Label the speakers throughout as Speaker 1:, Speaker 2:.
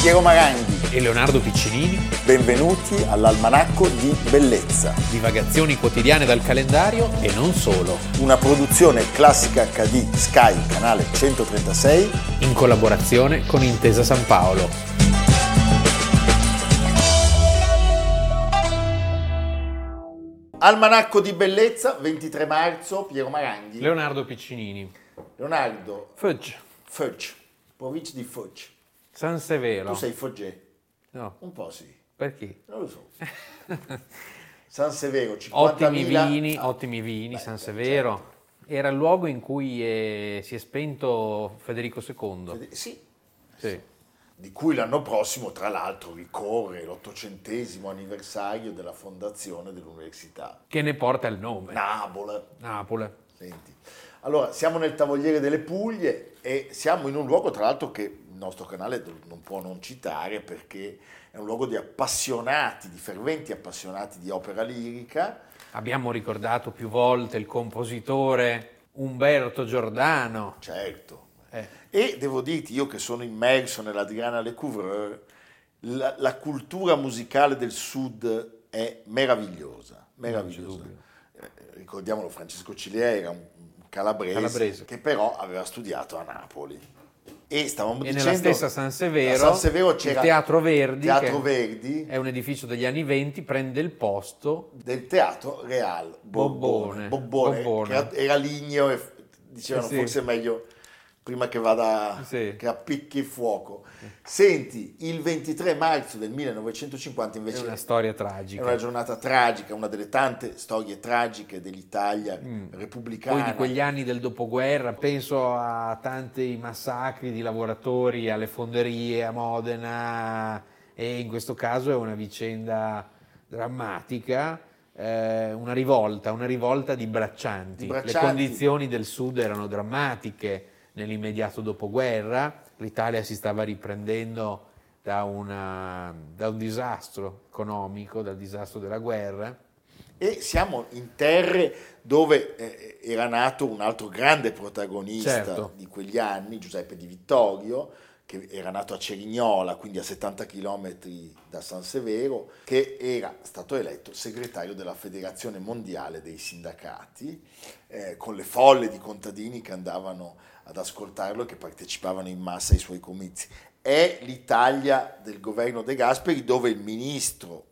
Speaker 1: Piero Maranghi.
Speaker 2: e Leonardo Piccinini,
Speaker 1: Benvenuti all'Almanacco di Bellezza,
Speaker 2: divagazioni quotidiane dal calendario e non solo,
Speaker 1: una produzione classica HD Sky, canale 136.
Speaker 2: in collaborazione con Intesa San Paolo.
Speaker 1: Almanacco di Bellezza, 23 marzo, Piero Maranghi.
Speaker 2: Leonardo Piccinini,
Speaker 1: Leonardo
Speaker 2: Fudge,
Speaker 1: Fogg, provincia di Fogg.
Speaker 2: San Severo.
Speaker 1: Tu sei Foggé?
Speaker 2: No,
Speaker 1: Un po' sì,
Speaker 2: perché?
Speaker 1: non lo so. San Severo, 50.000.
Speaker 2: Ottimi vini, ottimi vini, San Severo. Era il luogo in cui eh, si è spento Federico II.
Speaker 1: Fede- Sì,
Speaker 2: Sì.
Speaker 1: di cui l'anno prossimo, tra l'altro, ricorre l'ottocentesimo anniversario della fondazione dell'università.
Speaker 2: Che ne porta il nome.
Speaker 1: Nabola.
Speaker 2: Napoli.
Speaker 1: Senti. Allora, siamo nel Tavoliere delle Puglie e siamo in un luogo, tra l'altro, che il nostro canale do- non può non citare perché è un luogo di appassionati, di ferventi appassionati di opera lirica.
Speaker 2: Abbiamo ricordato più volte il compositore Umberto Giordano.
Speaker 1: Certo.
Speaker 2: Eh.
Speaker 1: E devo dirti, io che sono immerso nella Diana Le Couvreur, la, la cultura musicale del sud è meravigliosa, meravigliosa.
Speaker 2: dubbio.
Speaker 1: Eh, ricordiamolo, Francesco Cilea era un calabrese,
Speaker 2: Calabrese.
Speaker 1: che però aveva studiato a Napoli. E stavamo
Speaker 2: E
Speaker 1: dicendo...
Speaker 2: nella stessa San Severo,
Speaker 1: a San Severo
Speaker 2: il
Speaker 1: c'era
Speaker 2: Teatro Verdi,
Speaker 1: Teatro
Speaker 2: che-
Speaker 1: Verdi
Speaker 2: È un edificio degli anni 20, prende il posto.
Speaker 1: del Teatro Real Borbone.
Speaker 2: Borbone.
Speaker 1: Borbone,
Speaker 2: Borbone.
Speaker 1: che era, era ligneo e f- dicevano
Speaker 2: Eh sì.
Speaker 1: forse è meglio prima che vada
Speaker 2: Sì.
Speaker 1: che appicchi il fuoco. Senti, il 23 marzo del 1950
Speaker 2: È
Speaker 1: invece
Speaker 2: una storia
Speaker 1: è
Speaker 2: tragica.
Speaker 1: una giornata tragica, una delle tante storie tragiche dell'Italia
Speaker 2: Mm.
Speaker 1: repubblicana.
Speaker 2: Poi di quegli anni del dopoguerra, penso a tanti massacri di lavoratori alle fonderie a Modena e in questo caso è una vicenda drammatica, eh, una rivolta, una rivolta di braccianti.
Speaker 1: Di braccianti.
Speaker 2: Le condizioni del sud erano drammatiche nell'immediato dopoguerra, l'Italia si stava riprendendo da, una- da un disastro economico, dal disastro della guerra.
Speaker 1: E siamo in terre dove eh, era nato un altro grande protagonista
Speaker 2: Certo.
Speaker 1: di quegli anni, Giuseppe Di Vittorio, che era nato a Cerignola, quindi a 70 km da San Severo, che era stato eletto segretario della Federazione Mondiale dei Sindacati, eh, con le folle di contadini che andavano ad ascoltarlo e che partecipavano in massa ai suoi comizi. È l'Italia del governo De Gasperi dove il ministro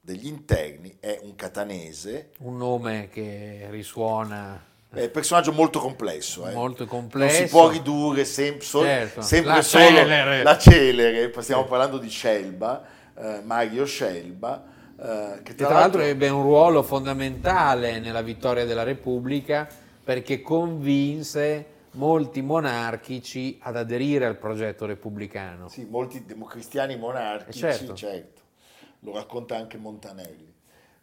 Speaker 1: degli interni è un catanese,
Speaker 2: Un nome che risuona
Speaker 1: è un personaggio molto complesso. eh.
Speaker 2: Eh. molto
Speaker 1: non
Speaker 2: complesso.
Speaker 1: si può ridurre sem- sol-
Speaker 2: Certo.
Speaker 1: sempre
Speaker 2: La
Speaker 1: solo
Speaker 2: celere.
Speaker 1: la celere, stiamo parlando di Scelba, eh, Mario Scelba, eh, che
Speaker 2: Che tra l'altro ebbe un ruolo fondamentale nella vittoria della Repubblica perché convinse molti monarchici ad aderire al progetto repubblicano.
Speaker 1: Sì, molti democristiani monarchici,
Speaker 2: Eh, certo.
Speaker 1: certo. lo racconta anche Montanelli,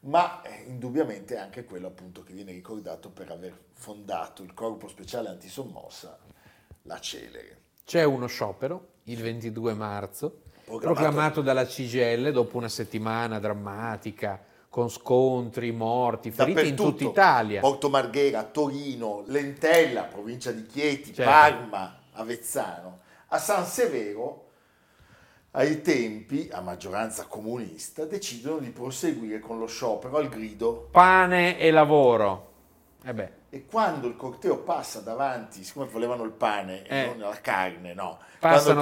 Speaker 1: ma eh, indubbiamente è anche quello appunto che viene ricordato per aver fondato il corpo speciale antisommossa, la Celere.
Speaker 2: C'è uno sciopero il 22 marzo,
Speaker 1: Proclamato.
Speaker 2: proclamato dalla CGL dopo una settimana drammatica con scontri, morti, feriti in
Speaker 1: Dappertutto.
Speaker 2: tutta Italia.
Speaker 1: Porto Marghera, Torino, Lentella, provincia di Chieti,
Speaker 2: Certo.
Speaker 1: Parma, Avezzano. A San Severo, ai tempi, a maggioranza comunista, decidono di proseguire con lo sciopero al grido.
Speaker 2: Pane e lavoro. Eh beh,
Speaker 1: E quando il corteo passa davanti, siccome volevano il pane e
Speaker 2: Eh.
Speaker 1: non la carne, no.
Speaker 2: passano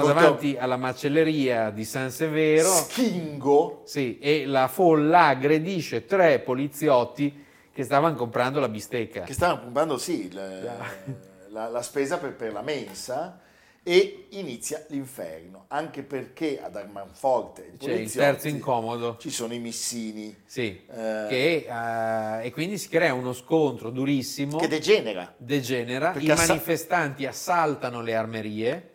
Speaker 1: Quando il corteo-
Speaker 2: davanti alla macelleria di San Severo.
Speaker 1: Schingo,
Speaker 2: Sì, e la folla aggredisce tre poliziotti che stavano comprando la bistecca.
Speaker 1: che stavano comprando sì il- la, la spesa per, per la mensa e inizia l'inferno anche perché ad Armanforte e
Speaker 2: C'è il
Speaker 1: poliziotti
Speaker 2: terzo incomodo.
Speaker 1: ci sono i missini
Speaker 2: Sì.
Speaker 1: eh, che,
Speaker 2: Che, eh, e quindi si crea uno scontro durissimo,
Speaker 1: degenera
Speaker 2: degenera,
Speaker 1: Perché
Speaker 2: i
Speaker 1: assa-
Speaker 2: manifestanti assaltano le armerie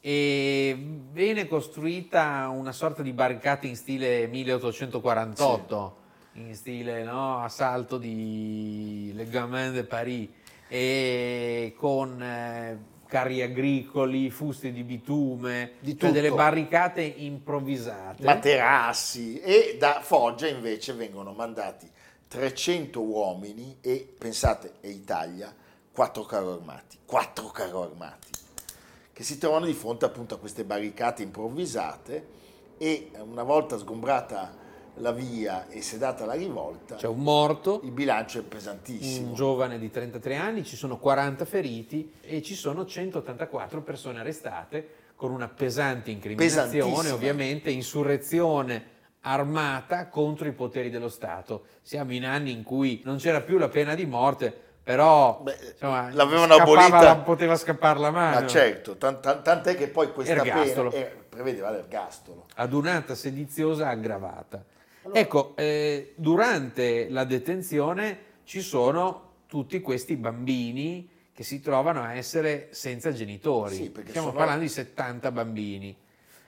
Speaker 2: e viene costruita una sorta di barricata in stile 1848, in stile no, assalto di Le Gamin de Paris, e con eh, carri agricoli, fusti di bitume,
Speaker 1: Di
Speaker 2: cioè delle
Speaker 1: tutto.
Speaker 2: barricate improvvisate.
Speaker 1: materassi e da Foggia invece vengono mandati 300 uomini e pensate e Italia quattro carri armati quattro carri armati che si trovano di fronte appunto a queste barricate improvvisate e una volta sgombrata la via e sedata la rivolta,
Speaker 2: C'è un morto,
Speaker 1: il bilancio è
Speaker 2: Cioè, un
Speaker 1: pesantissimo.
Speaker 2: giovane di 33 anni, ci sono 40 feriti e ci sono 184 persone arrestate con una pesante incriminazione,
Speaker 1: Pesantissima.
Speaker 2: ovviamente insurrezione armata contro i poteri dello Stato. Siamo in anni in cui non c'era più la pena di morte, però
Speaker 1: Beh,
Speaker 2: insomma,
Speaker 1: l'avevano
Speaker 2: scappava
Speaker 1: abolita.
Speaker 2: la- poteva scappare la mano.
Speaker 1: Ma certo, tan- tan- tant'è che poi questa
Speaker 2: eh. Ergastolo.
Speaker 1: pena eh, prevedeva l'ergastolo.
Speaker 2: adunata sediziosa aggravata.
Speaker 1: Allora-
Speaker 2: Ecco, eh, durante la detenzione ci sono tutti questi bambini che si trovano a essere senza genitori.
Speaker 1: Sì, perché
Speaker 2: Stiamo
Speaker 1: sono-
Speaker 2: parlando di 70 bambini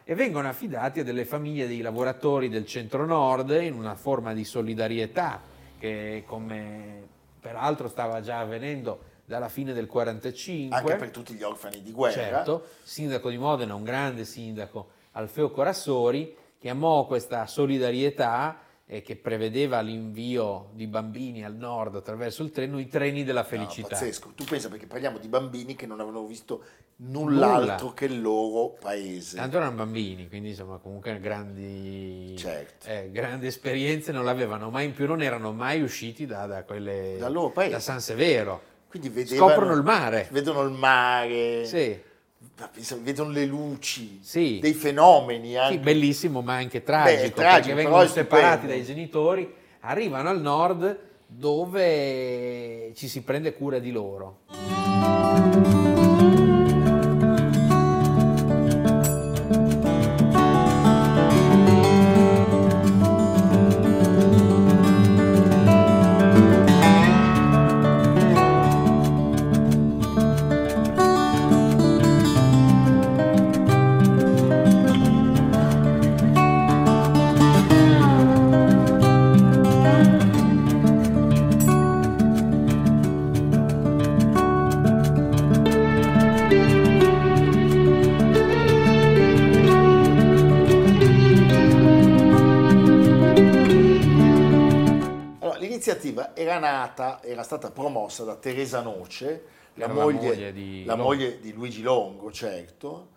Speaker 2: e vengono affidati a delle famiglie di lavoratori del centro-nord in una forma di solidarietà che come peraltro stava già avvenendo dalla fine del 45
Speaker 1: Anche per tutti gli orfani di guerra.
Speaker 2: Certo, sindaco di Modena, un grande sindaco, Alfeo Corassori, chiamò questa solidarietà eh, che prevedeva l'invio di bambini al nord attraverso il treno, i treni della
Speaker 1: No,
Speaker 2: felicità.
Speaker 1: pazzesco. Tu pensa perché parliamo di bambini che non avevano visto
Speaker 2: Nulla.
Speaker 1: null'altro che il loro paese.
Speaker 2: Tanto erano bambini, quindi insomma comunque grandi,
Speaker 1: Certo.
Speaker 2: eh, grandi esperienze non l'avevano mai, in più non erano mai usciti da, da quelle,
Speaker 1: Dal loro paese.
Speaker 2: da San Severo.
Speaker 1: Quindi vedevano,
Speaker 2: Scoprono il mare.
Speaker 1: Vedono il mare,
Speaker 2: Sì,
Speaker 1: ma pensa- vedono le luci,
Speaker 2: sì.
Speaker 1: dei fenomeni anche.
Speaker 2: Sì, bellissimo ma anche tragico,
Speaker 1: tragico,
Speaker 2: perché
Speaker 1: però
Speaker 2: vengono
Speaker 1: è stupendo.
Speaker 2: separati dai genitori, arrivano al nord dove ci si prende cura di loro.
Speaker 1: Allora, l'iniziativa era nata, era stata promossa da Teresa Noce, la,
Speaker 2: Era la
Speaker 1: moglie,
Speaker 2: moglie di
Speaker 1: la
Speaker 2: Longo.
Speaker 1: moglie di Luigi Longo, certo,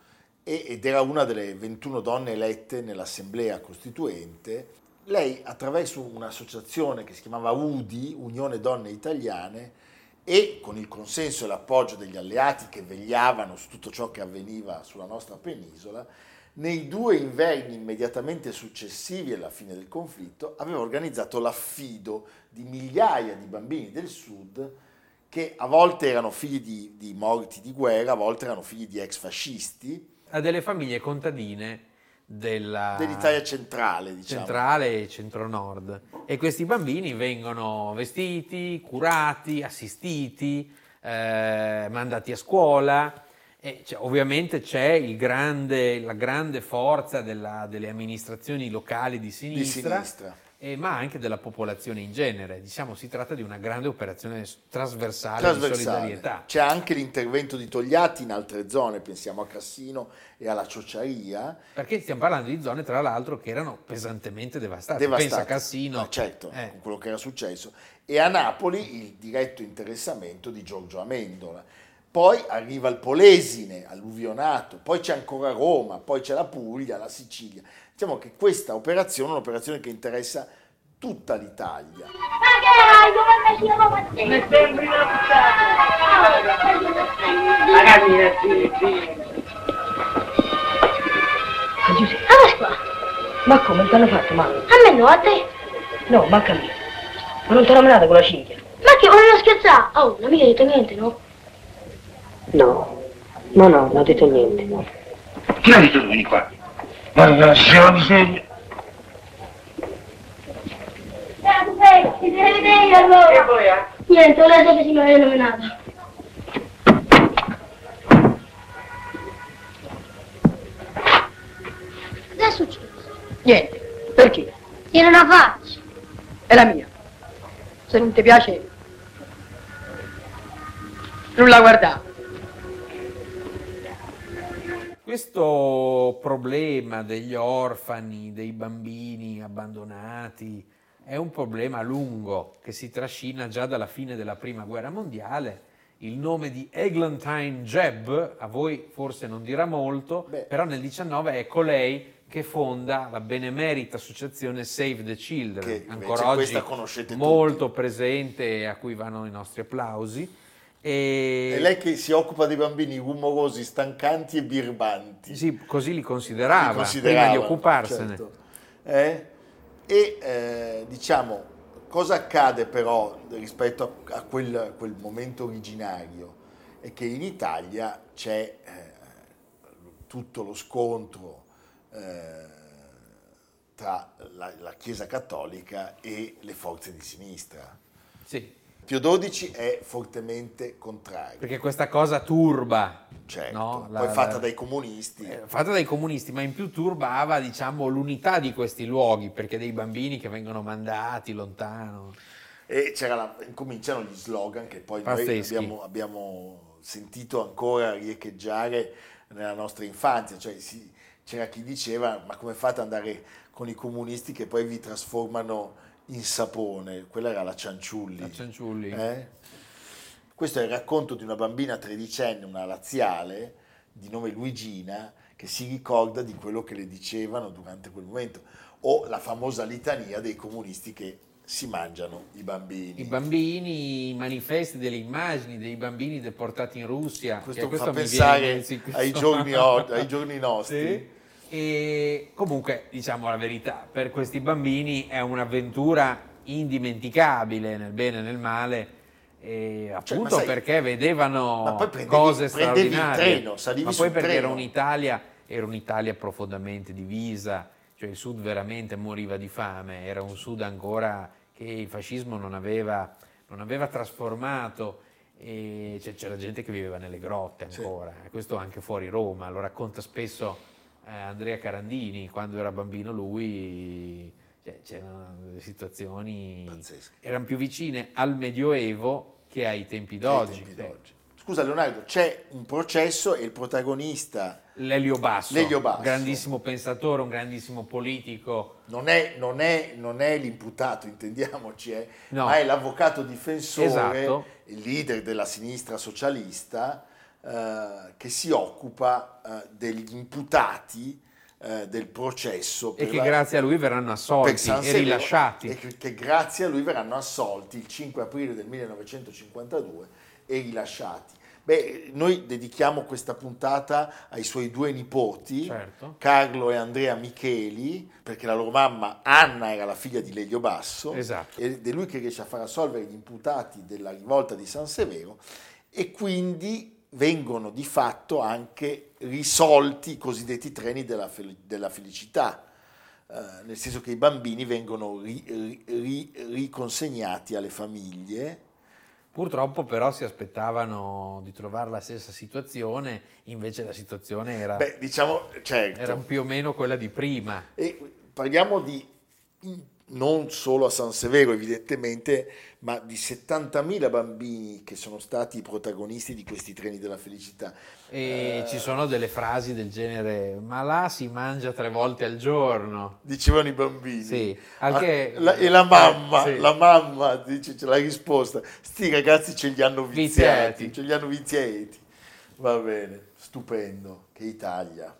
Speaker 1: e- ed era una delle 21 donne elette nell'Assemblea Costituente. Lei, attraverso un'associazione che si chiamava UDI, Unione Donne Italiane, e con il consenso e l'appoggio degli alleati che vegliavano su tutto ciò che avveniva sulla nostra penisola, nei due inverni immediatamente successivi alla fine del conflitto, aveva organizzato l'affido di migliaia di bambini del sud che a volte erano figli di, di morti di guerra, a volte erano figli di ex fascisti,
Speaker 2: A delle famiglie contadine della
Speaker 1: dell'Italia centrale, diciamo.
Speaker 2: Ah. centrale e centro-nord. E questi bambini vengono vestiti, curati, assistiti, eh, mandati a scuola. E c'è- ovviamente c'è il grande- la grande forza della- delle amministrazioni locali di
Speaker 1: di
Speaker 2: sinistra,
Speaker 1: sinistra.
Speaker 2: eh, ma anche della popolazione in genere. Diciamo, si tratta di una grande operazione s- trasversale, di solidarietà.
Speaker 1: C'è anche l'intervento di Togliatti in altre zone, pensiamo a Cassino e alla Ciociaria,
Speaker 2: Perché stiamo parlando di zone, tra l'altro, che erano pesantemente devastate. Ah, Pensa a
Speaker 1: devastate.
Speaker 2: Cassino.
Speaker 1: Ma certo,
Speaker 2: Eh.
Speaker 1: con quello che era successo. E a Napoli il diretto interessamento di Giorgio Amendola. Poi arriva il Polesine, alluvionato, poi c'è ancora Roma, poi c'è la Puglia, la Sicilia. Diciamo che questa operazione è un'operazione che interessa tutta l'Italia.
Speaker 3: Ma che era? Io non mi chiedo con te.
Speaker 4: Mi sembri una puttana! Ma
Speaker 3: Ah,
Speaker 4: cammina, sì, sì.
Speaker 5: Ah, Giuseppe,
Speaker 3: ma qua.
Speaker 5: ma come? Non ti hanno fatto male?
Speaker 3: A me no, a te.
Speaker 5: No, manca a me. Ma non ti hanno menato con la cinghia?
Speaker 3: Ma che volevano scherzare? Oh, non mi hai detto niente, no?
Speaker 5: No, no, no, non ho detto niente.
Speaker 4: Chi hai detto di venire qua? Mannaggia la miseria!
Speaker 3: Eh, tu prego, ti devi vedere allora.
Speaker 4: poi, eh?
Speaker 3: Niente, ho letto che si mi aveva nominato. Cos'è successo?
Speaker 5: Niente, perché?
Speaker 3: Era una faccia.
Speaker 5: È la mia. Se non ti piace, non la guardare.
Speaker 2: Questo problema degli orfani, dei bambini abbandonati, è un problema lungo che si trascina già dalla fine della prima guerra mondiale il nome di Eglantine Jebb, a voi forse non dirà molto,
Speaker 1: Beh.
Speaker 2: però nel 19 è colei che fonda la benemerita associazione Save the Children,
Speaker 1: Che invece
Speaker 2: ancora oggi
Speaker 1: questa conoscete
Speaker 2: molto presente e a cui vanno i nostri applausi. E...
Speaker 1: È lei che si occupa dei bambini rumorosi, stancanti e birbanti.
Speaker 2: Sì, così li considerava,
Speaker 1: Li considerava,
Speaker 2: prima di occuparsene.
Speaker 1: certo. Eh? E eh, diciamo, cosa accade però rispetto a, a quel, a quel momento originario? È che in Italia c'è eh, tutto lo scontro eh, tra la- la Chiesa Cattolica e le forze di sinistra.
Speaker 2: Sì,
Speaker 1: Pio XII è fortemente contrario.
Speaker 2: perché questa cosa turba,
Speaker 1: Certo,
Speaker 2: no? La-
Speaker 1: poi fatta
Speaker 2: la-
Speaker 1: dai comunisti.
Speaker 2: eh, fatta dai comunisti, ma in più turbava diciamo, l'unità di questi luoghi, perché dei bambini che vengono mandati lontano.
Speaker 1: E c'era la- cominciano gli slogan che poi noi
Speaker 2: Pazzeschi.
Speaker 1: abbiamo, abbiamo sentito ancora riecheggiare nella nostra infanzia. Cioè, si- c'era chi diceva: Ma come fate ad andare con i comunisti che poi vi trasformano in sapone? Quella era la Cianciulli.
Speaker 2: La Cianciulli.
Speaker 1: Eh? Questo è il racconto di una bambina tredicenne, una laziale di nome Luigina, che si ricorda di quello che le dicevano durante quel momento, o la famosa litania dei comunisti che si mangiano i bambini.
Speaker 2: I bambini, i manifesti delle immagini dei bambini deportati in Russia.
Speaker 1: questo,
Speaker 2: che questo
Speaker 1: fa
Speaker 2: mi
Speaker 1: pensare
Speaker 2: viene- sì, questo-
Speaker 1: ai, giorni o- ai giorni nostri.
Speaker 2: Sì. E comunque, diciamo la verità, per questi bambini è un'avventura indimenticabile nel bene e nel male, e
Speaker 1: Cioè,
Speaker 2: appunto
Speaker 1: ma sai-
Speaker 2: perché vedevano
Speaker 1: ma poi prendevi-
Speaker 2: cose
Speaker 1: prendevi il
Speaker 2: straordinarie.
Speaker 1: treno, salivi
Speaker 2: ma
Speaker 1: sul
Speaker 2: poi perché
Speaker 1: treno.
Speaker 2: era un'Italia, era un'Italia profondamente divisa, cioè il sud veramente moriva di fame, era un sud ancora che il fascismo non aveva, non aveva trasformato. E c'è- c'era gente che viveva nelle grotte
Speaker 1: Sì.
Speaker 2: ancora, questo anche fuori Roma, lo racconta spesso eh, Andrea Carandini, quando era bambino lui cioè, c'erano delle situazioni
Speaker 1: Pazzesche.
Speaker 2: erano più vicine al Medioevo che ai tempi d'oggi.
Speaker 1: Ai tempi d'oggi. Scusa Leonardo, c'è un processo e il protagonista
Speaker 2: Lelio Basso,
Speaker 1: Lelio Basso.
Speaker 2: grandissimo pensatore, un grandissimo politico,
Speaker 1: non è, non è- non è l'imputato, intendiamoci, eh,
Speaker 2: No.
Speaker 1: ma è l'avvocato difensore,
Speaker 2: Esatto.
Speaker 1: il leader della sinistra socialista, eh, che si occupa eh, degli imputati eh, del processo
Speaker 2: e
Speaker 1: per
Speaker 2: che
Speaker 1: la-
Speaker 2: grazie a lui verranno assolti
Speaker 1: San
Speaker 2: e
Speaker 1: Severo,
Speaker 2: rilasciati.
Speaker 1: e che- che grazie a lui verranno assolti il 5 aprile del 1952 e rilasciati. Beh, noi dedichiamo questa puntata ai suoi due nipoti,
Speaker 2: Certo.
Speaker 1: Carlo e Andrea Micheli, perché la loro mamma Anna era la figlia di Lelio Basso,
Speaker 2: Esatto.
Speaker 1: ed è lui che riesce a far assolvere gli imputati della rivolta di San Severo e quindi vengono di fatto anche risolti i cosiddetti treni della, fel- della felicità, eh, nel senso che i bambini vengono ri- ri- ri- riconsegnati alle famiglie.
Speaker 2: Purtroppo però si aspettavano di trovare la stessa situazione, invece la situazione era,
Speaker 1: Beh, diciamo, certo.
Speaker 2: era più o meno quella di prima.
Speaker 1: E parliamo di non solo a San Severo, evidentemente, ma di 70.000 bambini che sono stati i protagonisti di questi treni della felicità.
Speaker 2: E
Speaker 1: Eh,
Speaker 2: ci sono delle frasi del genere, ma là si mangia tre volte al giorno.
Speaker 1: Dicevano i bambini.
Speaker 2: Sì, anche- eh,
Speaker 1: Ah, la- e la mamma,
Speaker 2: Sì.
Speaker 1: la mamma dice c'è la risposta. Sti ragazzi ce li hanno viziati,
Speaker 2: Viziati.
Speaker 1: ce li hanno viziati. Va bene, stupendo, che Italia.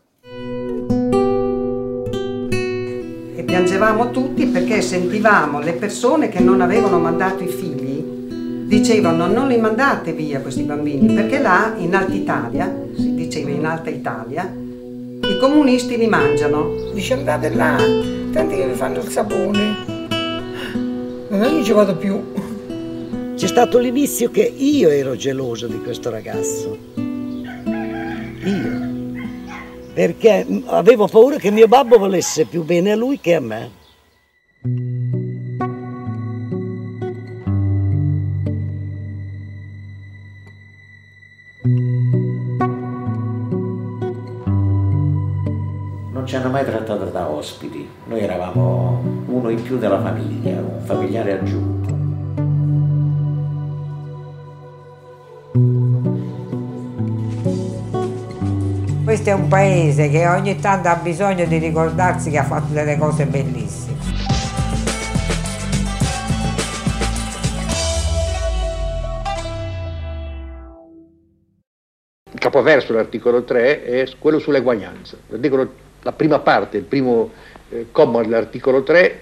Speaker 6: e piangevamo tutti perché sentivamo le persone che non avevano mandato i figli dicevano non li mandate via questi bambini perché là in Alta Italia, si diceva in Alta Italia, i comunisti li mangiano.
Speaker 7: Dice andate là, tanti che vi fanno il sapone. Non io ci vado più.
Speaker 8: C'è stato l'inizio che io ero geloso di questo ragazzo. Io. Perché avevo paura che mio babbo volesse più bene a lui che a me.
Speaker 9: Non ci hanno mai trattato da ospiti, noi eravamo uno in più della famiglia, un familiare aggiunto.
Speaker 10: Questo è un paese che ogni tanto ha bisogno di ricordarsi che ha fatto delle cose bellissime.
Speaker 11: capoverso dell'articolo 3 è quello sull'eguaglianza. L'articolo- la prima parte, il primo eh, comma dell'articolo 3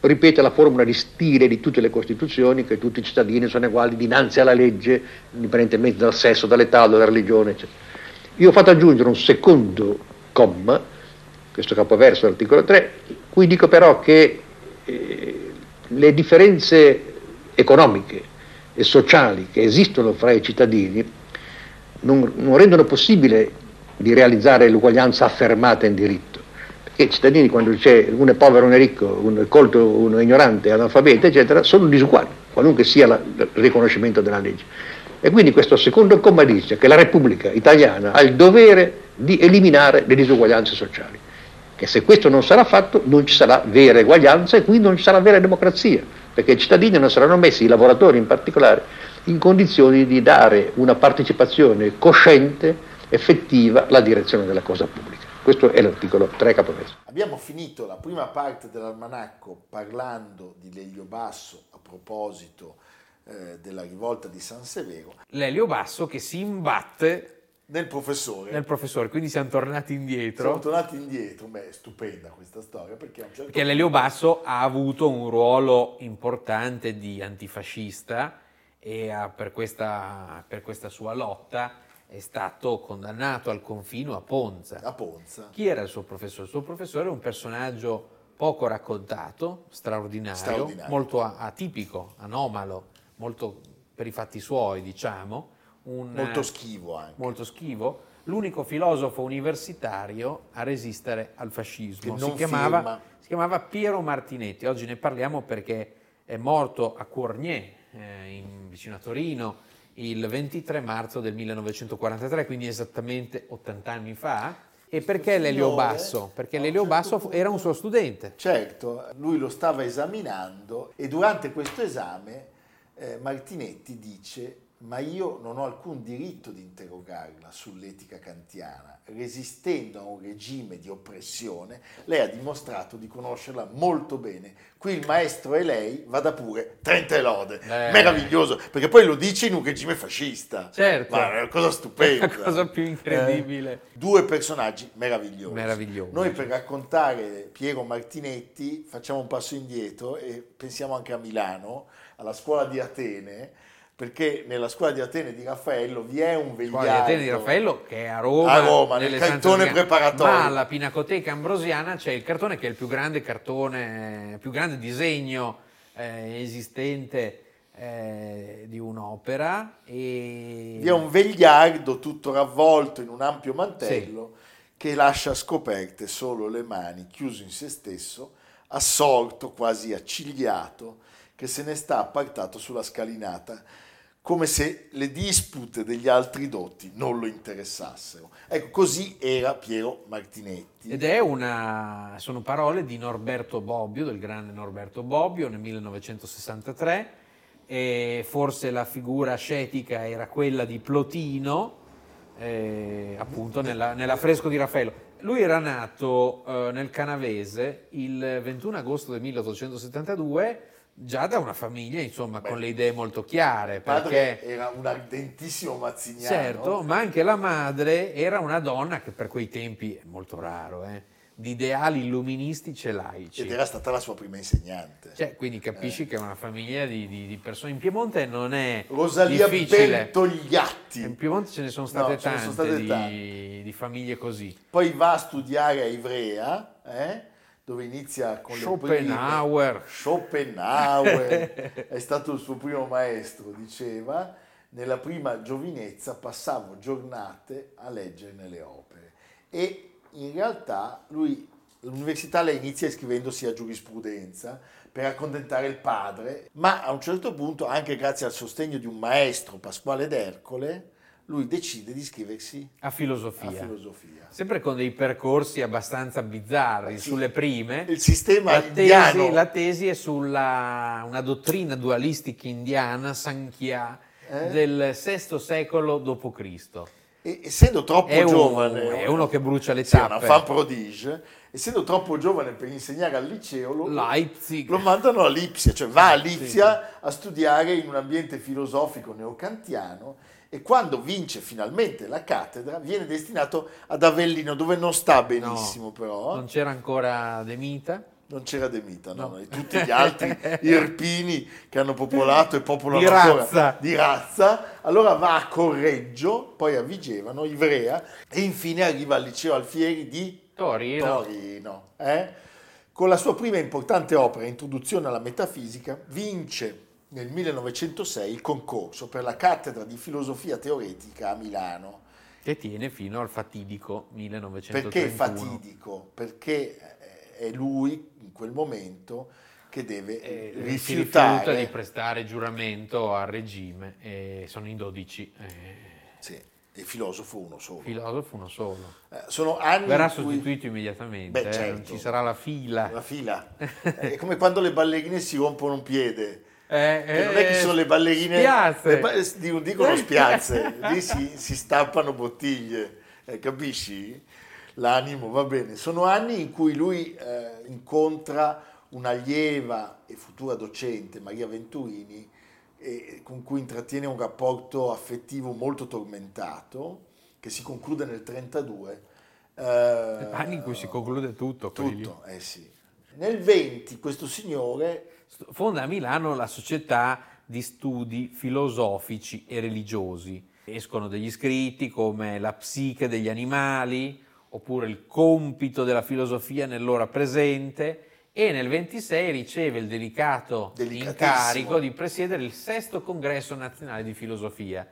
Speaker 11: ripete la formula di stile di tutte le Costituzioni, che tutti i cittadini sono uguali dinanzi alla legge, indipendentemente dal sesso, dall'età, dalla religione, eccetera. Io ho fatto aggiungere un secondo comma, questo capoverso dell'articolo 3, cui dico però che eh, le differenze economiche e sociali che esistono fra i cittadini non, non rendono possibile di realizzare l'uguaglianza affermata in diritto. Perché i cittadini, quando c'è uno è povero, uno è ricco, uno è colto, uno è ignorante, analfabeta, eccetera, sono disuguali, qualunque sia la- il riconoscimento della legge. E quindi questo secondo comma dice che la Repubblica italiana ha il dovere di eliminare le disuguaglianze sociali. Che se questo non sarà fatto non ci sarà vera eguaglianza e quindi non ci sarà vera democrazia, perché i cittadini non saranno messi, i lavoratori in particolare, in condizioni di dare una partecipazione cosciente, effettiva, alla direzione della cosa pubblica. Questo è l'articolo 3 capoverso.
Speaker 1: Abbiamo finito la prima parte dell'almanacco parlando di Lelio Basso a proposito eh, della rivolta di San Severo
Speaker 2: Lelio Basso che si imbatte
Speaker 1: nel professore.
Speaker 2: nel professore, quindi siamo tornati
Speaker 1: Siamo
Speaker 2: indietro.
Speaker 1: tornati indietro, beh, è stupenda questa storia perché a un certo
Speaker 2: Perché Lelio Basso ha avuto un ruolo importante di antifascista e ha- per, questa, per questa sua lotta è stato condannato al confino a Ponza.
Speaker 1: a Ponza,
Speaker 2: Chi era il suo professore? Il suo professore è un personaggio poco raccontato, straordinario,
Speaker 1: Straordinario.
Speaker 2: molto a- atipico, anomalo, molto per i fatti suoi, diciamo. un-
Speaker 1: molto schivo anche,
Speaker 2: molto schivo, l'unico filosofo universitario a resistere al
Speaker 1: che
Speaker 2: fascismo.
Speaker 1: non
Speaker 2: Si chiamava,
Speaker 1: firma.
Speaker 2: si chiamava Piero Martinetti, oggi ne parliamo perché è morto a Cournier, eh, in- vicino a Torino, il 23 marzo del 1943, quindi esattamente 80 anni fa. E perché Lelio
Speaker 1: signore,
Speaker 2: Basso? Perché
Speaker 1: a un
Speaker 2: Lelio
Speaker 1: certo
Speaker 2: Basso fu-
Speaker 1: punto-
Speaker 2: era un suo studente.
Speaker 1: Certo, lui lo stava esaminando e durante questo esame eh, Martinetti dice ma io non ho alcun diritto di interrogarla sull'etica kantiana, resistendo a un regime di oppressione, lei ha dimostrato di conoscerla molto bene. Qui il maestro e lei, vada pure, trenta e lode.
Speaker 2: Eh.
Speaker 1: Meraviglioso, perché poi lo dice in un regime fascista.
Speaker 2: Certo.
Speaker 1: Ma è una cosa stupenda.
Speaker 2: La cosa più incredibile.
Speaker 1: Due personaggi meravigliosi.
Speaker 2: Meravigliosi.
Speaker 1: Noi per raccontare Piero Martinetti facciamo un passo indietro e pensiamo anche a Milano, alla scuola di Atene, perché nella scuola di Atene di Raffaello vi è un vegliato.
Speaker 2: Scuola di Atene di Raffaello che è a Roma,
Speaker 1: A Roma, nel
Speaker 2: nelle
Speaker 1: cartone
Speaker 2: Sant'Organ-
Speaker 1: preparatorio.
Speaker 2: Ma alla Pinacoteca Ambrosiana c'è il cartone che è il più grande cartone, il più grande disegno eh, esistente eh, di un'opera e
Speaker 1: Vi è un vegliardo tutto ravvolto in un ampio mantello che lascia scoperte solo le mani, chiuso in se stesso, assorto, quasi accigliato, che se ne sta appartato sulla scalinata, come se le dispute degli altri dotti non lo interessassero. Ecco, così era Piero Martinetti.
Speaker 2: Ed è una, sono parole di Norberto Bobbio, del grande Norberto Bobbio nel 1963, e forse la figura ascetica era quella di Plotino, eh, appunto nella- nell'affresco di Raffaello. Lui era nato eh, nel Canavese il 21 agosto del 1872, già da una famiglia insomma con le idee molto chiare,
Speaker 1: Il padre
Speaker 2: perché
Speaker 1: era un ardentissimo mazziniano.
Speaker 2: Certo, ma anche la madre era una donna che per quei tempi è molto raro, eh, di ideali illuministici e laici.
Speaker 1: Ed era stata la sua prima insegnante.
Speaker 2: Cioè, quindi capisci
Speaker 1: Eh.
Speaker 2: che è una famiglia di, di- di persone in Piemonte non è
Speaker 1: Rosalia
Speaker 2: difficile.
Speaker 1: Bertogliatti.
Speaker 2: In Piemonte ce ne sono
Speaker 1: No,
Speaker 2: state
Speaker 1: ce ne
Speaker 2: tante,
Speaker 1: sono state
Speaker 2: di,
Speaker 1: tante.
Speaker 2: di famiglie così.
Speaker 1: Poi va a studiare a Ivrea, eh, dove inizia con le
Speaker 2: Schopenhauer.
Speaker 1: prime- Schopenhauer è stato il suo primo maestro, diceva. Nella prima giovinezza passavo giornate a leggerne le opere e in realtà lui l'università la inizia iscrivendosi a giurisprudenza per accontentare il padre, ma a un certo punto, anche grazie al sostegno di un maestro, Pasquale D'Ercole, lui decide di iscriversi
Speaker 2: A
Speaker 1: a
Speaker 2: filosofia.
Speaker 1: filosofia.
Speaker 2: Sempre con dei percorsi abbastanza bizzarri
Speaker 1: Sì.
Speaker 2: sulle prime.
Speaker 1: Il sistema
Speaker 2: la
Speaker 1: indiano.
Speaker 2: tesi, la tesi è sulla una dottrina dualistica indiana, Sankhya,
Speaker 1: Eh?
Speaker 2: del VI secolo d.C.
Speaker 1: E- essendo troppo
Speaker 2: È un-
Speaker 1: giovane,
Speaker 2: è uno che brucia le
Speaker 1: Sì, è una
Speaker 2: tappe.
Speaker 1: fan prodige, essendo troppo giovane per insegnare al liceo, lo, lo mandano a Lipsia, cioè va
Speaker 2: Eh,
Speaker 1: a Lipsia a studiare in un ambiente filosofico neocantiano e quando vince finalmente la cattedra viene destinato ad Avellino, dove non sta benissimo però.
Speaker 2: Non c'era ancora De Mita.
Speaker 1: Non c'era De Mita, no, no, e tutti gli altri irpini che hanno popolato e popolano
Speaker 2: Di
Speaker 1: ancora
Speaker 2: razza.
Speaker 1: di razza. Allora va a Correggio, poi a Vigevano, Ivrea e infine arriva al liceo Alfieri di
Speaker 2: Torino.
Speaker 1: Torino, eh? Con la sua prima importante opera, Introduzione alla metafisica, vince nel 1906 il concorso per la cattedra di filosofia teoretica a Milano.
Speaker 2: Che tiene fino al fatidico 1931.
Speaker 1: Perché fatidico? Perché eh, è lui in quel momento che deve eh,
Speaker 2: Eh, Si rifiuta
Speaker 1: rifiutare.
Speaker 2: di prestare giuramento al regime e sono in 12. eh,
Speaker 1: Sì, il filosofo uno solo.
Speaker 2: filosofo uno solo.
Speaker 1: Eh, sono anni
Speaker 2: Verrà
Speaker 1: in cui-
Speaker 2: sostituito immediatamente,
Speaker 1: Beh,
Speaker 2: eh,
Speaker 1: certo.
Speaker 2: non ci sarà la fila.
Speaker 1: La fila. è come quando le ballerine si rompono un piede.
Speaker 2: Eh,
Speaker 1: Che non è che
Speaker 2: eh,
Speaker 1: sono le ballerine
Speaker 2: spiazze.
Speaker 1: le ba- di- dicono spiazze, lì si, si stampano bottiglie, eh, capisci? L'animo va bene. Sono anni in cui lui eh, incontra un'allieva e futura docente, Maria Venturini, e- con cui intrattiene un rapporto affettivo molto tormentato, che si conclude nel 32. eh,
Speaker 2: Anni in cui si conclude tutto. quelli lì.
Speaker 1: tutto, eh sì. Nel 20 questo signore
Speaker 2: Sto- Fonda a Milano la società di studi filosofici e religiosi. Escono degli scritti come La psiche degli animali, oppure Il compito della filosofia nell'ora presente e nel 26 riceve il delicato
Speaker 1: Delicatissimo.
Speaker 2: incarico di presiedere il sesto congresso nazionale di filosofia.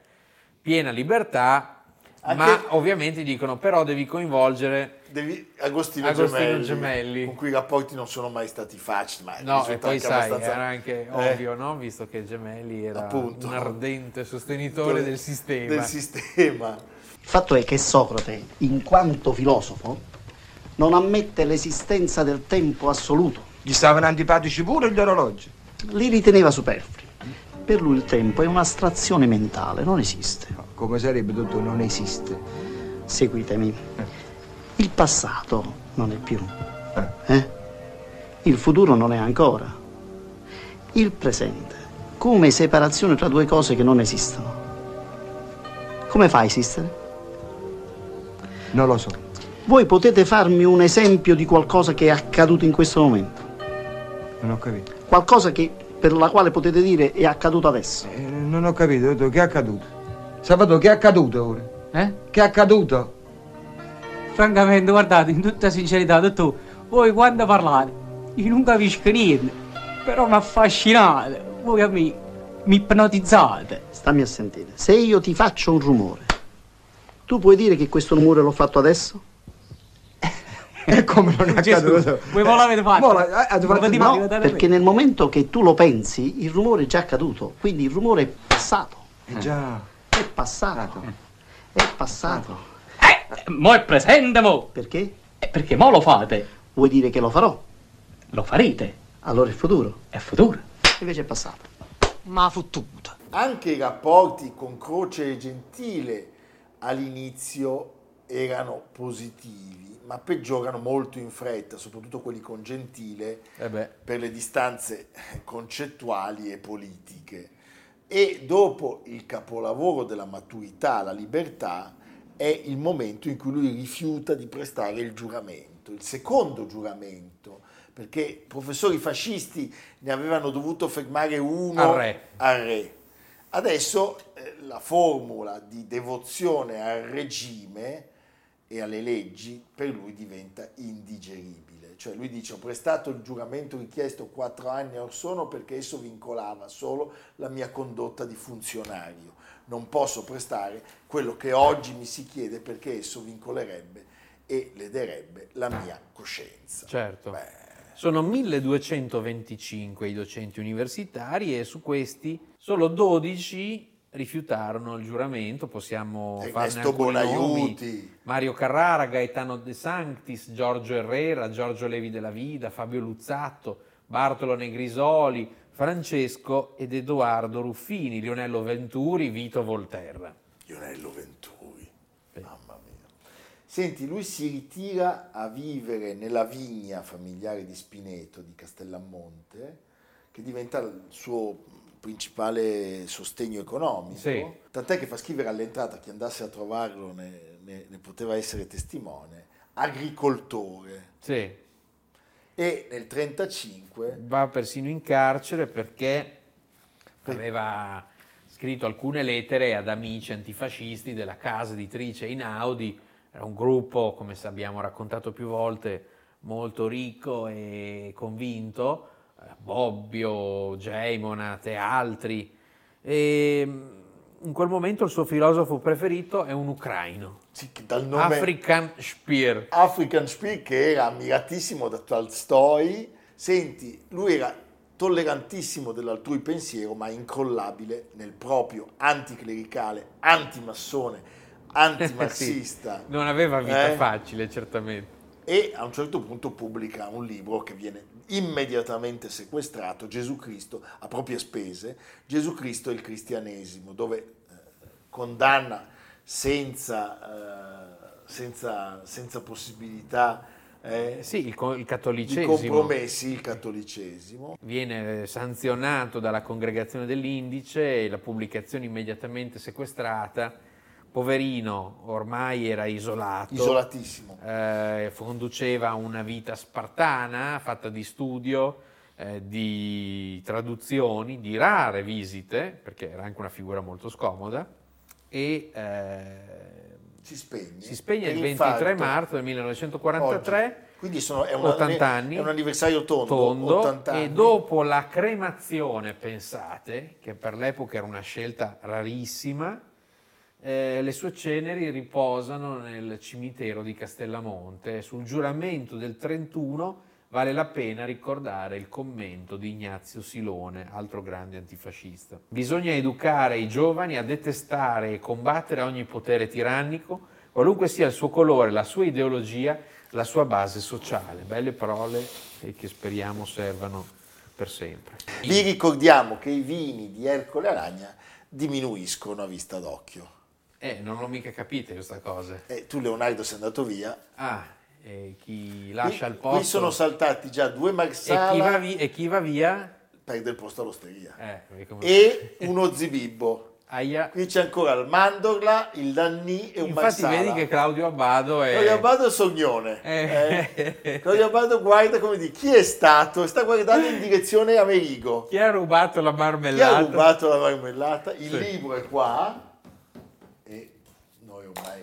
Speaker 2: Piena libertà,
Speaker 1: Anche-
Speaker 2: ma ovviamente dicono però devi coinvolgere
Speaker 1: Devi- Agostino,
Speaker 2: Agostino
Speaker 1: Gemelli,
Speaker 2: Gemelli.
Speaker 1: con cui i rapporti non sono mai stati facili, ma
Speaker 2: No,
Speaker 1: risulta
Speaker 2: e poi
Speaker 1: anche
Speaker 2: sai,
Speaker 1: abbastanza-
Speaker 2: era anche
Speaker 1: Eh,
Speaker 2: ovvio, no? visto che Gemelli era
Speaker 1: Appunto.
Speaker 2: un ardente sostenitore del sistema.
Speaker 1: del sistema.
Speaker 12: Il fatto è che Socrate, in quanto filosofo, non ammette l'esistenza del tempo assoluto.
Speaker 13: Gli stavano antipatici pure gli orologi.
Speaker 12: Li riteneva superflui. Per lui il tempo è un'astrazione mentale, non esiste.
Speaker 13: Come sarebbe tutto non esiste. Eh.
Speaker 12: Seguitemi. Il passato non è più. eh? Il futuro non è ancora. Il presente, come separazione tra due cose che non esistono. Come fa a esistere?
Speaker 13: Non lo so.
Speaker 12: Voi potete farmi un esempio di qualcosa che è accaduto in questo momento?
Speaker 13: Non ho capito.
Speaker 12: Qualcosa che, per la quale potete dire è accaduto adesso?
Speaker 13: Eh, non ho capito, Dodo, che è accaduto? Sabato, che è accaduto ora? Eh? Che è accaduto?
Speaker 14: Francamente, guardate, in tutta sincerità, tu, voi quando parlate, io non capisco niente, però mi affascinate, voi a me mi ipnotizzate.
Speaker 12: Stammi a sentire. Se io ti faccio un rumore, tu puoi dire che questo rumore l'ho fatto adesso?
Speaker 13: E come non è accaduto?
Speaker 14: Voi me l'avete fatto?
Speaker 13: Mo' la- eh, eh,
Speaker 14: Voi ti
Speaker 12: No,
Speaker 14: mandate a me?
Speaker 12: perché nel momento che tu lo pensi, il rumore è già accaduto, quindi il rumore è passato.
Speaker 13: È già.
Speaker 12: È passato. È passato.
Speaker 14: Eh, Mo' è presente, mo'. Eh,
Speaker 12: Perché?
Speaker 14: perché mo' lo fate.
Speaker 12: Vuoi dire che lo farò?
Speaker 14: Lo farete.
Speaker 12: Allora è futuro.
Speaker 14: È futuro.
Speaker 12: Invece è passato.
Speaker 14: Ma fottuto.
Speaker 1: Anche i rapporti con Croce e Gentile all'inizio erano positivi, ma peggiorano molto in fretta, soprattutto quelli con Gentile,
Speaker 2: Eh beh,
Speaker 1: per le distanze concettuali e politiche. E dopo il capolavoro della maturità, la libertà, è il momento in cui lui rifiuta di prestare il giuramento, il secondo giuramento, perché i professori fascisti ne avevano dovuto fermare uno
Speaker 2: Al re.
Speaker 1: al re. Adesso eh, la formula di devozione al regime e alle leggi per lui diventa indigeribile. Cioè lui dice ho prestato il giuramento richiesto quattro anni or sono perché esso vincolava solo la mia condotta di funzionario. Non posso prestare quello che oggi mi si chiede perché esso vincolerebbe e lederebbe la mia coscienza.
Speaker 2: certo. Sono 1225 i docenti universitari e su questi solo 12 rifiutarono il giuramento, possiamo farne
Speaker 1: Ernesto
Speaker 2: alcuni nomi.
Speaker 1: Bonaiuti,
Speaker 2: Mario Carrara, Gaetano De Sanctis, Giorgio Herrera, Giorgio Levi della Vida, Fabio Luzzatto, Bartolo Negrisoli, Francesco ed Edoardo Ruffini, Lionello Venturi, Vito Volterra.
Speaker 1: Lionello Venturi. Senti, lui si ritira a vivere nella vigna familiare di Spineto di Castellamonte, che diventa il suo principale sostegno economico.
Speaker 2: Sì.
Speaker 1: Tant'è che fa scrivere all'entrata chi andasse a trovarlo ne, ne- ne poteva essere testimone, agricoltore.
Speaker 2: Sì.
Speaker 1: E nel 1935
Speaker 2: va persino in carcere perché aveva scritto alcune lettere ad amici antifascisti della casa editrice Inaudi, era un gruppo, come sa- abbiamo raccontato più volte, molto ricco e convinto, eh, Bobbio, Geimonate, altri, e mh, in quel momento il suo filosofo preferito è un ucraino,
Speaker 1: dal nome-
Speaker 2: African Spear.
Speaker 1: African Spear che era ammiratissimo da Tolstoi, senti, lui era tollerantissimo dell'altrui pensiero, ma incrollabile nel proprio anticlericale, antimassone, antimarxista.
Speaker 2: Non aveva vita
Speaker 1: Eh?
Speaker 2: facile, certamente.
Speaker 1: E a un certo punto pubblica un libro che viene immediatamente sequestrato, Gesù Cristo, a proprie spese, Gesù Cristo e il cristianesimo, dove eh, condanna senza, eh, senza, senza possibilità eh,
Speaker 2: Sì, il, co- il
Speaker 1: di
Speaker 2: cattolicesimo.
Speaker 1: compromessi il cattolicesimo.
Speaker 2: Viene eh, sanzionato dalla congregazione dell'Indice e la pubblicazione immediatamente sequestrata. Poverino, ormai era isolato.
Speaker 1: Isolatissimo.
Speaker 2: Eh, conduceva una vita spartana, fatta di studio, eh, di traduzioni, di rare visite, perché era anche una figura molto scomoda, e eh,
Speaker 1: Si spegne.
Speaker 2: si spegne
Speaker 1: Per
Speaker 2: il 23
Speaker 1: infarto.
Speaker 2: marzo del 1943.
Speaker 1: Oggi. Quindi sono, è, una-
Speaker 2: 80 anni,
Speaker 1: è un anniversario tondo,
Speaker 2: tondo,
Speaker 1: 80
Speaker 2: e
Speaker 1: anni.
Speaker 2: dopo la cremazione, pensate, che per l'epoca era una scelta rarissima, eh, le sue ceneri riposano nel cimitero di Castellamonte. Sul giuramento del 31 vale la pena ricordare il commento di Ignazio Silone, altro grande antifascista. Bisogna educare i giovani a detestare e combattere ogni potere tirannico, qualunque sia il suo colore, la sua ideologia, la sua base sociale. Belle parole e che speriamo servano per sempre.
Speaker 1: Vi ricordiamo che i vini di Ercole Aragna diminuiscono a vista d'occhio.
Speaker 2: Eh, non l'ho mica capita questa cosa.
Speaker 1: E tu Leonardo sei andato via.
Speaker 2: Ah, e chi lascia
Speaker 1: Qui-
Speaker 2: il posto...
Speaker 1: Qui sono saltati già due
Speaker 2: e, chi va
Speaker 1: Marsala,
Speaker 2: vi- e chi va via...
Speaker 1: perde il posto all'osteria.
Speaker 2: Eh, come-
Speaker 1: E uno Zibibbo.
Speaker 2: Aia.
Speaker 1: Qui c'è ancora il Mandorla, il Danni e un
Speaker 2: Infatti
Speaker 1: Marsala.
Speaker 2: vedi che Eh. Claudio Abbado è...
Speaker 1: Claudio Abbado è sognone. eh. Claudio Abbado guarda come di chi è stato? Sta guardando in direzione Amerigo.
Speaker 2: Chi ha rubato la
Speaker 1: Chi ha
Speaker 2: marmellata?
Speaker 1: rubato la marmellata? Il
Speaker 2: Sì.
Speaker 1: libro è qua. E noi ormai...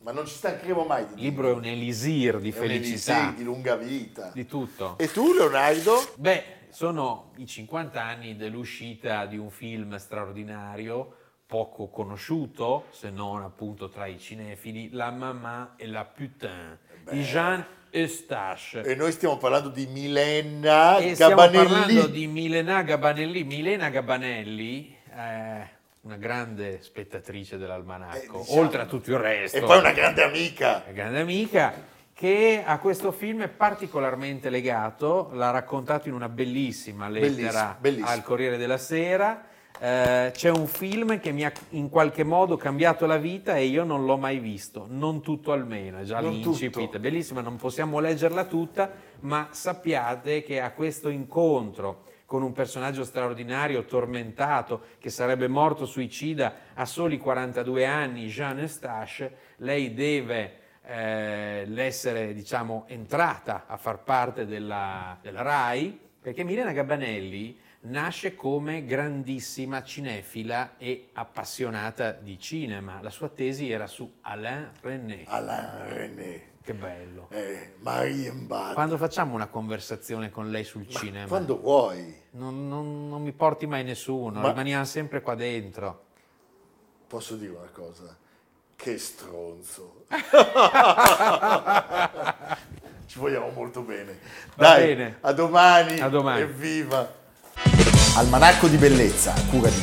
Speaker 1: Ma non ci stancheremo mai di
Speaker 2: Il libro è un elisir di
Speaker 1: È un
Speaker 2: felicità,
Speaker 1: elisir di lunga vita.
Speaker 2: di tutto.
Speaker 1: E tu, Leonardo?
Speaker 2: Beh, sono i 50 anni dell'uscita di un film straordinario, poco conosciuto, se non appunto tra i cinefili, La Mamma e la
Speaker 1: Eh
Speaker 2: Putain, di Jean Eustache.
Speaker 1: E noi stiamo parlando di Milena
Speaker 2: E stiamo parlando
Speaker 1: Eh, Gabanelli.
Speaker 2: di Milena Gabanelli. Milena Gabanelli, eh, una grande spettatrice dell'almanacco,
Speaker 1: diciamo.
Speaker 2: oltre a tutto il resto.
Speaker 1: E poi una grande amica.
Speaker 2: Una grande amica che a questo film è particolarmente legato, l'ha raccontato in una bellissima lettera
Speaker 1: Bellissimo, bellissimo.
Speaker 2: al Corriere della Sera. Eh, c'è un film che mi ha in qualche modo cambiato la vita e io non l'ho mai visto, non tutto almeno, è già
Speaker 1: Non
Speaker 2: l'incipit,
Speaker 1: tutto.
Speaker 2: è bellissima, non possiamo leggerla tutta, ma sappiate che a questo incontro con un personaggio straordinario, tormentato, che sarebbe morto suicida a soli 42 anni, Jean Eustache, lei deve eh, l'essere, diciamo, entrata a far parte della, della RAI, perché Milena Gabanelli nasce come grandissima cinefila e appassionata di cinema. La sua tesi era su Alain René.
Speaker 1: Alain René.
Speaker 2: Che bello.
Speaker 1: Eh, Marienbad.
Speaker 2: Quando facciamo una conversazione con lei sul cinema,
Speaker 1: Quando vuoi.
Speaker 2: non, non- non mi porti mai nessuno,
Speaker 1: Ma-
Speaker 2: rimaniamo sempre qua dentro.
Speaker 1: Posso dire una cosa? Che stronzo. Ci vogliamo molto bene.
Speaker 2: Va
Speaker 1: Dai,
Speaker 2: bene.
Speaker 1: a domani.
Speaker 2: A domani.
Speaker 1: Evviva. Almanacco di bellezza, a cura di